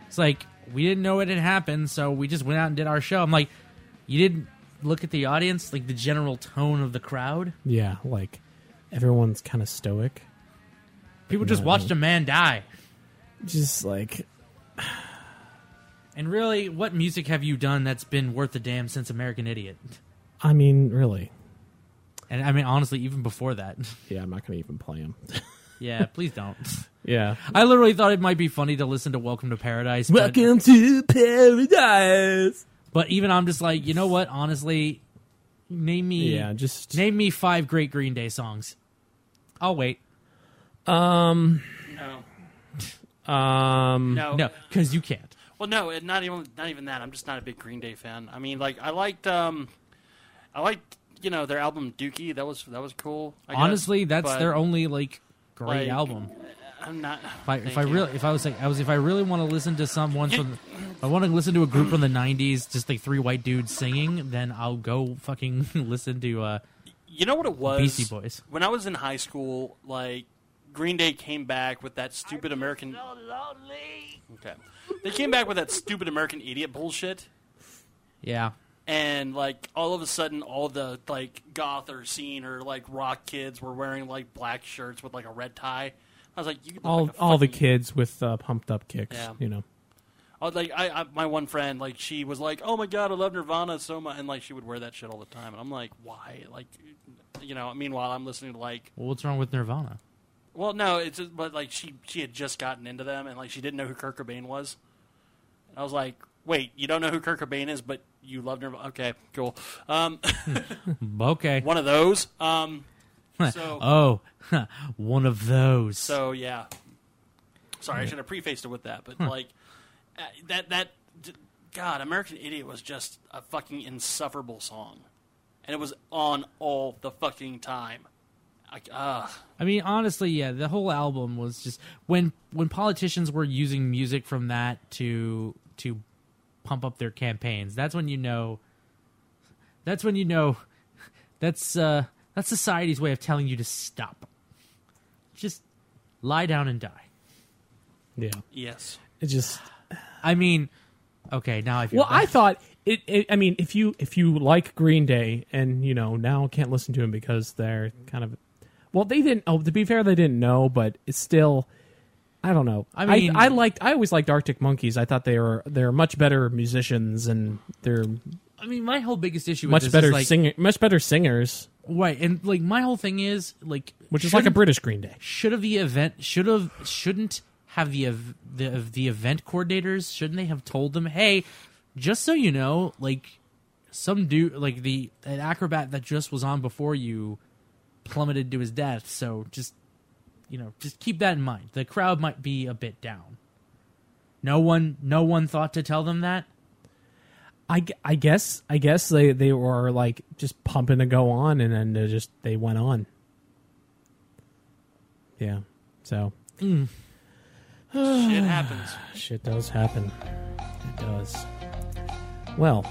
S2: It's like we didn't know it had happened, so we just went out and did our show. I'm like, you didn't look at the audience, like the general tone of the crowd.
S1: Yeah, like everyone's kind of stoic.
S2: People just watched a man die.
S1: Just like
S2: And really, what music have you done that's been worth a damn since American Idiot?
S1: I mean, really.
S2: And I mean, honestly, even before that.
S1: Yeah, I'm not going to even play him.
S2: yeah, please don't.
S1: yeah.
S2: I literally thought it might be funny to listen to Welcome to Paradise. but-
S1: Welcome to paradise.
S2: But even I'm just like, you know what? Honestly, name me
S1: Yeah, just
S2: name me five great Green Day songs. I'll wait.
S5: No,
S1: um
S5: no,
S2: No, because you can't.
S5: Well, no, it, not even not even that. I'm just not a big Green Day fan. I mean, like I liked, um, I liked you know their album Dookie. That was that was cool. I guess.
S2: Honestly, that's
S5: But
S2: their only like great
S5: like,
S2: album.
S5: I'm not.
S2: If I, if
S5: thank
S2: I
S5: you.
S2: really if I was like I was if I really want to listen to someone from if I want to listen to a group from the '90s, just like three white dudes singing, then I'll go fucking listen to. uh
S5: You know what it was?
S2: Beastie Boys.
S5: When I was in high school, like Green Day came back with that stupid American. Okay, they came back with that stupid American Idiot bullshit,
S2: Yeah,
S5: and like all of a sudden, all the like goth or scene or like rock kids were wearing like black shirts with like a red tie. I was like, you look
S1: all
S5: like a
S1: all the
S5: fucking-
S1: kids with uh, pumped up kicks,
S5: Yeah.
S1: you know.
S5: I was like I, I my one friend like she was like oh my god I love Nirvana so much and like she would wear that shit all the time and I'm like why like you know meanwhile I'm listening to like
S2: Well, what's wrong with Nirvana?
S5: well no it's just, but like she she had just gotten into them and like she didn't know who Kurt Cobain was and I was like wait you don't know who Kurt Cobain is but you love Nirvana okay cool um
S2: Okay.
S5: one of those um so
S2: Oh, one of those.
S5: So yeah, sorry, I should have prefaced it with that, but like uh, that that d- God, American Idiot was just a fucking insufferable song, and it was on all the fucking time. Like, uh,
S2: I mean, honestly, yeah, the whole album was just when when politicians were using music from that to to pump up their campaigns. That's when you know. That's when you know. That's uh, that's society's way of telling you to stop. Just lie down and die.
S1: Yeah.
S5: yes,
S1: It just
S2: I mean, okay, now I feel
S1: Well,
S2: bad.
S1: I thought it, it. I mean, if you if you like Green Day and you know now can't listen to them because they're kind of, well, they didn't. Oh, to be fair, they didn't know, but it's still. I don't know.
S2: I mean-
S1: I, liked. I always liked Arctic Monkeys. I thought they were they're much better musicians and they're
S2: I mean, my whole biggest issue with
S1: much
S2: this
S1: better
S2: is like,
S1: singer, much better singers,
S2: right, and like my whole thing is like,
S1: which is like a
S2: shouldn't-
S1: British Green Day.
S2: should have the event should have shouldn't have the ev- the of the event coordinators shouldn't they have told them hey just so you know like some dude like the an acrobat that just was on before you plummeted to his death so just you know just keep that in mind the crowd might be a bit down no one no one thought to tell them that
S1: I, gu- I guess I guess they they were like just pumping to go on, and then they just they went on. Yeah, so
S5: shit happens.
S1: Shit does happen. It does. Well,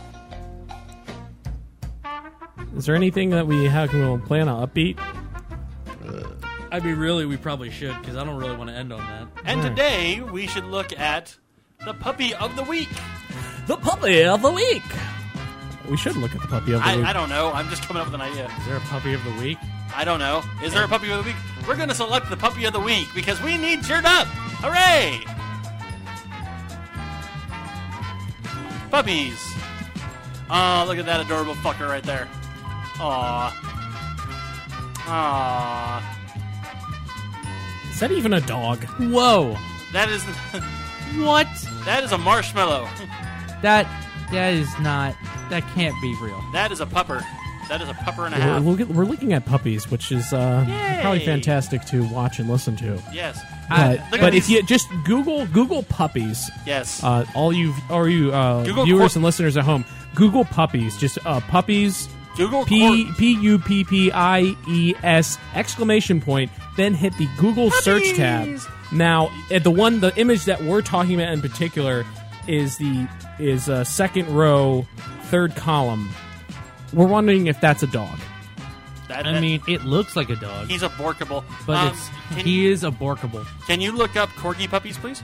S1: is there anything that we have we will plan on upbeat?
S2: i mean really we probably should because i don't really want to end on that
S1: Hmm.
S5: And today we should look at the puppy of the week.
S1: The puppy of the week. We should look at the puppy of the
S5: I,
S1: week.
S5: I don't know. I'm just coming up with an idea.
S2: is there a puppy of the week
S5: I don't know. Is there a puppy of the week? We're gonna select the puppy of the week because we need cheered up. Hooray! Puppies. Oh, look at that adorable fucker right there. Aw. Aw.
S1: Is that even a dog?
S2: whoa
S5: That is
S2: what
S5: that is a marshmallow.
S2: That that is not that can't be real.
S5: That is a pupper. That is a pupper and a
S1: We're,
S5: half.
S1: look at- we're looking at puppies, which is uh, probably
S5: Yay.
S1: fantastic to watch and listen to.
S5: Yes.
S1: But,
S5: look at
S1: but if
S5: these-
S1: you just Google Google puppies,
S5: Yes.
S1: uh, all you all you uh,
S5: Google
S1: viewers
S5: cor-
S1: and listeners at home, Google puppies. Just uh, puppies
S5: Google
S1: P
S5: cor-
S1: P U P P I E S exclamation point. Then hit the Google search tab. Now, at the one, the image that we're talking about in particular is the is uh, second row, third column. We're wondering if that's a dog.
S5: That-
S2: I
S5: that-
S2: mean, it looks like a dog,
S5: he's a borkable.
S2: but
S5: um,
S2: it's
S5: can,
S2: he is aborkable.
S5: can you look up corgi puppies, please?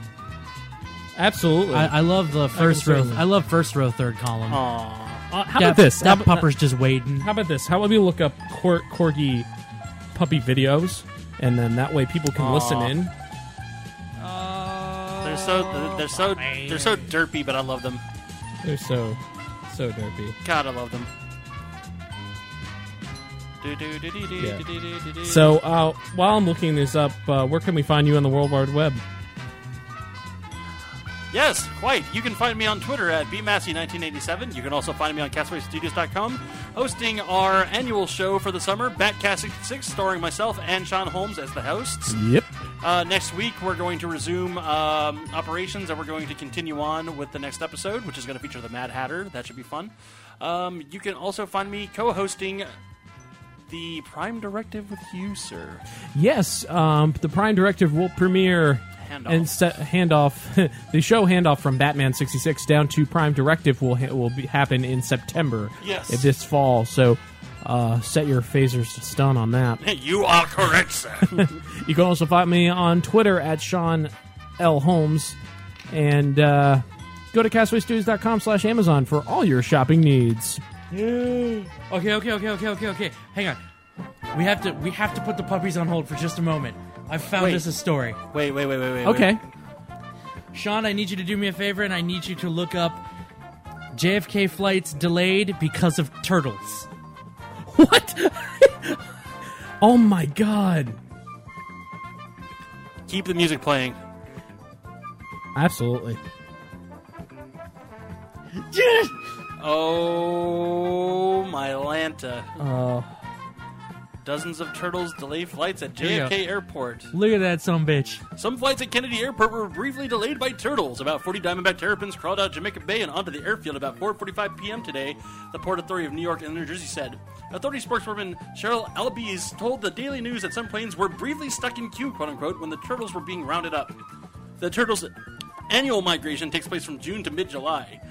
S1: Absolutely.
S2: I, I love the first
S1: say
S2: row.
S1: that.
S2: I love first row third column.
S1: how
S2: Uh, that,
S1: about this?
S2: That
S1: how, about,
S2: pupper's just waiting.
S1: how about this? How about we look up cor- corgi puppy videos, and then that way people can listen in.
S5: They're so they're so they're so derpy, but I love them.
S1: They're so so derpy.
S5: God, I love them. Do-do-do-do-do-do-do-do-do.
S1: So uh, while I'm looking this up, uh, where can we find you on the World Wide Web?
S5: yes, quite. You can find me on Twitter at bmassey1987. You can also find me on castawaystudios.com, hosting our annual show for the summer, Batcast66, starring myself and Sean Holmes as the hosts.
S1: Yep.
S5: Uh, next week, we're going to resume um, operations and we're going to continue on with the next episode, which is going to feature the Mad Hatter. That should be fun. Um, you can also find me co hosting the Prime Directive with you, sir.
S1: Yes, um, the Prime Directive will premiere
S5: Handoff.
S1: and set handoff the show handoff from Batman sixty six down to Prime Directive will ha- will be, happen in September.
S5: Yes.
S1: uh, this fall. So. Uh, set your phasers to stun on that.
S5: you are correct, sir.
S1: You can also find me on Twitter at Sean L. Holmes. And uh, go to castawaystudios.com slash Amazon for all your shopping needs.
S2: Okay, okay, okay, okay, okay, okay. Hang on. We have to we have to put the puppies on hold for just a moment. I found
S5: Wait.
S2: just a story.
S5: wait, wait, wait, wait, wait.
S1: Okay.
S5: wait.
S2: Sean, I need you to do me a favor and I need you to look up JFK flights delayed because of turtles.
S1: What? oh my god.
S5: Keep the music playing.
S1: Absolutely.
S5: Oh, my Lanta. Oh.
S2: Uh.
S5: Dozens of turtles delay flights at
S2: Here you go.
S5: JFK Airport.
S2: Look at that some bitch.
S5: Some flights at Kennedy Airport were briefly delayed by turtles. About 40 Diamondback terrapins crawled out of Jamaica Bay and onto the airfield about 4:45 p.m. today. The Port Authority of New York and New Jersey said. Authority spokeswoman Cheryl Albies told the Daily News that some planes were briefly stuck in queue, quote unquote, when the turtles were being rounded up. The turtles' annual migration takes place from June to mid-July.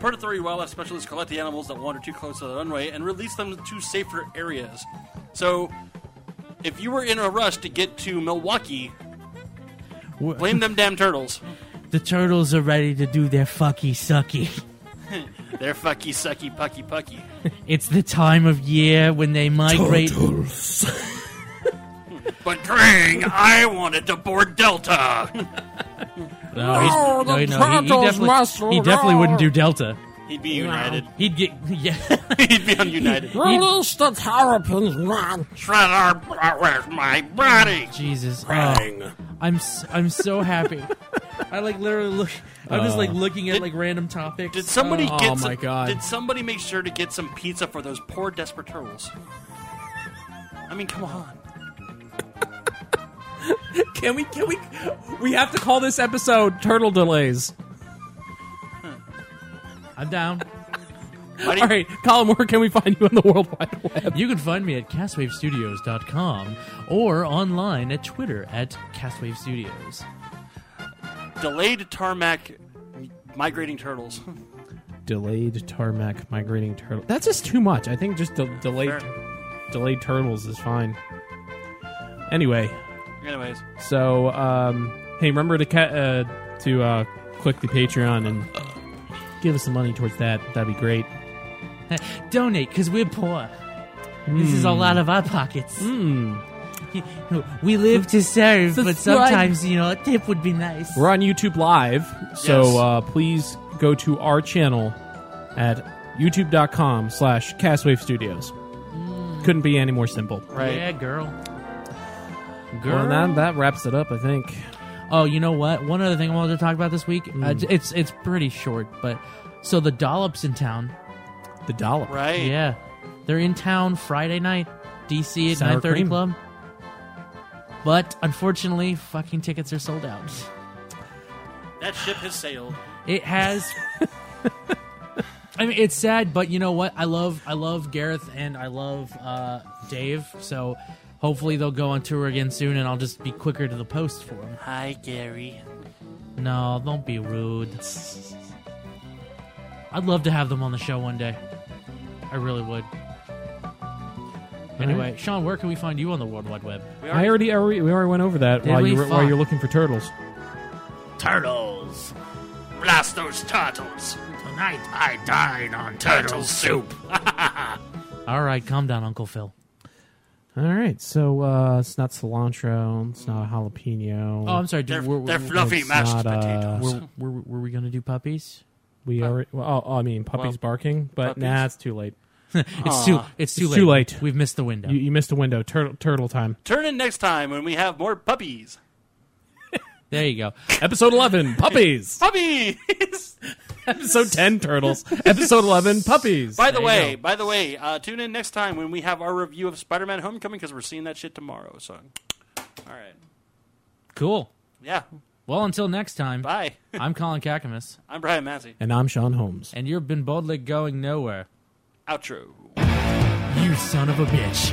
S5: Port Authority wildlife specialists collect the animals that wander too close to the runway and release them to safer areas. So, if you were in a rush to get to Milwaukee,
S2: Wha-
S5: blame them damn turtles.
S2: The turtles are ready to do their fucky sucky.
S5: They're fucky, sucky, pucky, pucky.
S2: It's the time of year when they migrate.
S5: But Krang, I wanted to board Delta.
S2: No, he's- no, he- no, he- he, definitely, he definitely wouldn't do Delta.
S5: He'd be United.
S2: He'd get yeah.
S5: He'd be on United.
S2: He'd-
S5: Shred our where's my body?
S2: Jesus, oh, I'm s- I'm so happy. I like literally look. I'm just
S1: Uh,
S2: like looking at like random topics.
S5: Did somebody
S2: Oh.
S5: get?
S1: my
S5: some-
S1: God.
S5: Did somebody make sure to get some pizza for those poor desperate turtles? I mean, come on.
S1: Can we can we we have to call this episode Turtle Delays.
S2: I'm down.
S5: Why do you-
S1: All right, Colin, where can we find you on the World Wide Web?
S2: You can find me at castwavestudios.com or online at Twitter at Castwave Studios.
S5: Delayed tarmac migrating turtles.
S1: Delayed tarmac migrating turtle. That's just too much. I think just de- delayed delayed turtles is fine. Anyway,
S5: Anyways,
S1: so um, hey, remember to ca- uh, to uh, click the Patreon and give us some money towards that. That'd be great.
S2: Donate because we're poor. This is
S1: Hmm.
S2: all out of our pockets. We live to serve, but
S1: Subscribe.
S2: sometimes, you know, a tip would be nice.
S1: We're on YouTube Live, so
S5: Yes.
S1: uh, please go to our channel at youtube.com slash Castwave Studios. Couldn't be any more simple.
S5: Mm. right?
S2: Yeah, girl.
S1: Well, that, that wraps it up, I think.
S2: Oh, you know what? One other thing I wanted to talk about this week. Uh,
S1: Hmm.
S2: j- it's it's pretty short, but so the Dollops in town.
S1: The dollop.
S5: Right.
S2: Yeah, they're in town Friday night, DC at
S1: Sour
S2: nine thirty
S1: cream.
S2: club. But unfortunately, fucking tickets are sold out.
S5: That ship has sailed.
S2: It has. I mean, it's sad, but you know what? I love I love Gareth and I love uh, Dave. So hopefully they'll go on tour again soon, and I'll just be quicker to the post for them.
S5: Hi, Gary.
S2: No, don't be rude. I'd love to have them on the show one day. I really would. Anyway, Sean, where can we find you on the World Wide Web?
S1: I already, I already- we already went over that
S2: Did
S1: while
S2: we?
S1: you were, while
S2: Fuck.
S1: you're looking for turtles.
S8: Turtles.
S5: Blast those turtles.
S8: Tonight I dine on turtle soup.
S2: All right, calm down, Uncle Phil.
S1: All right, so uh, it's not cilantro, it's not a jalapeno.
S2: Oh, I'm sorry.
S5: They're,
S2: Dude, were,
S5: they're
S2: were,
S5: fluffy
S1: it's
S5: mashed
S1: not, uh,
S5: potatoes.
S2: were, were, were we going to do puppies?
S1: we already, well, oh, I mean, puppies
S5: Well,
S1: barking, but
S5: puppies.
S1: nah, it's too late.
S2: It's too. It's too
S1: It's
S2: late.
S1: too late.
S2: We've missed the window.
S1: You, you missed a window. Turtle, turtle time.
S5: Turn in next time when we have more puppies.
S2: there you go.
S1: Episode 11, puppies.
S5: Puppies.
S1: Episode 10, turtles. Episode 11, puppies.
S5: By the
S2: There you
S5: way,
S2: go.
S5: by the way, uh, tune in next time when we have our review of Spider-Man: Homecoming because we're seeing that shit tomorrow. So, all right,
S2: Cool.
S5: yeah,
S2: Well, until next time.
S5: bye.
S2: I'm Colin Kakamas,
S5: I'm Brian Massey.
S1: And I'm Sean Holmes.
S2: and you've been boldly going nowhere.
S5: Outro.
S2: You son of a bitch.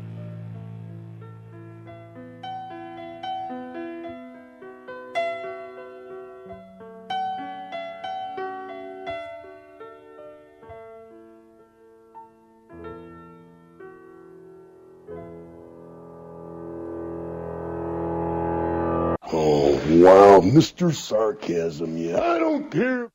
S9: Oh, wow, Mr. Sarcasm, yeah. I don't care.